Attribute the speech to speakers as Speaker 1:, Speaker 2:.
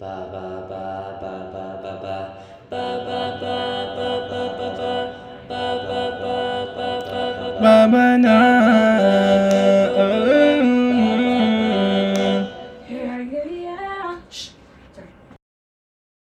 Speaker 1: Ba ba ba ba ba ba ba ba ba ba ba ba ba ba ba ba ba ba ba ba
Speaker 2: Babana.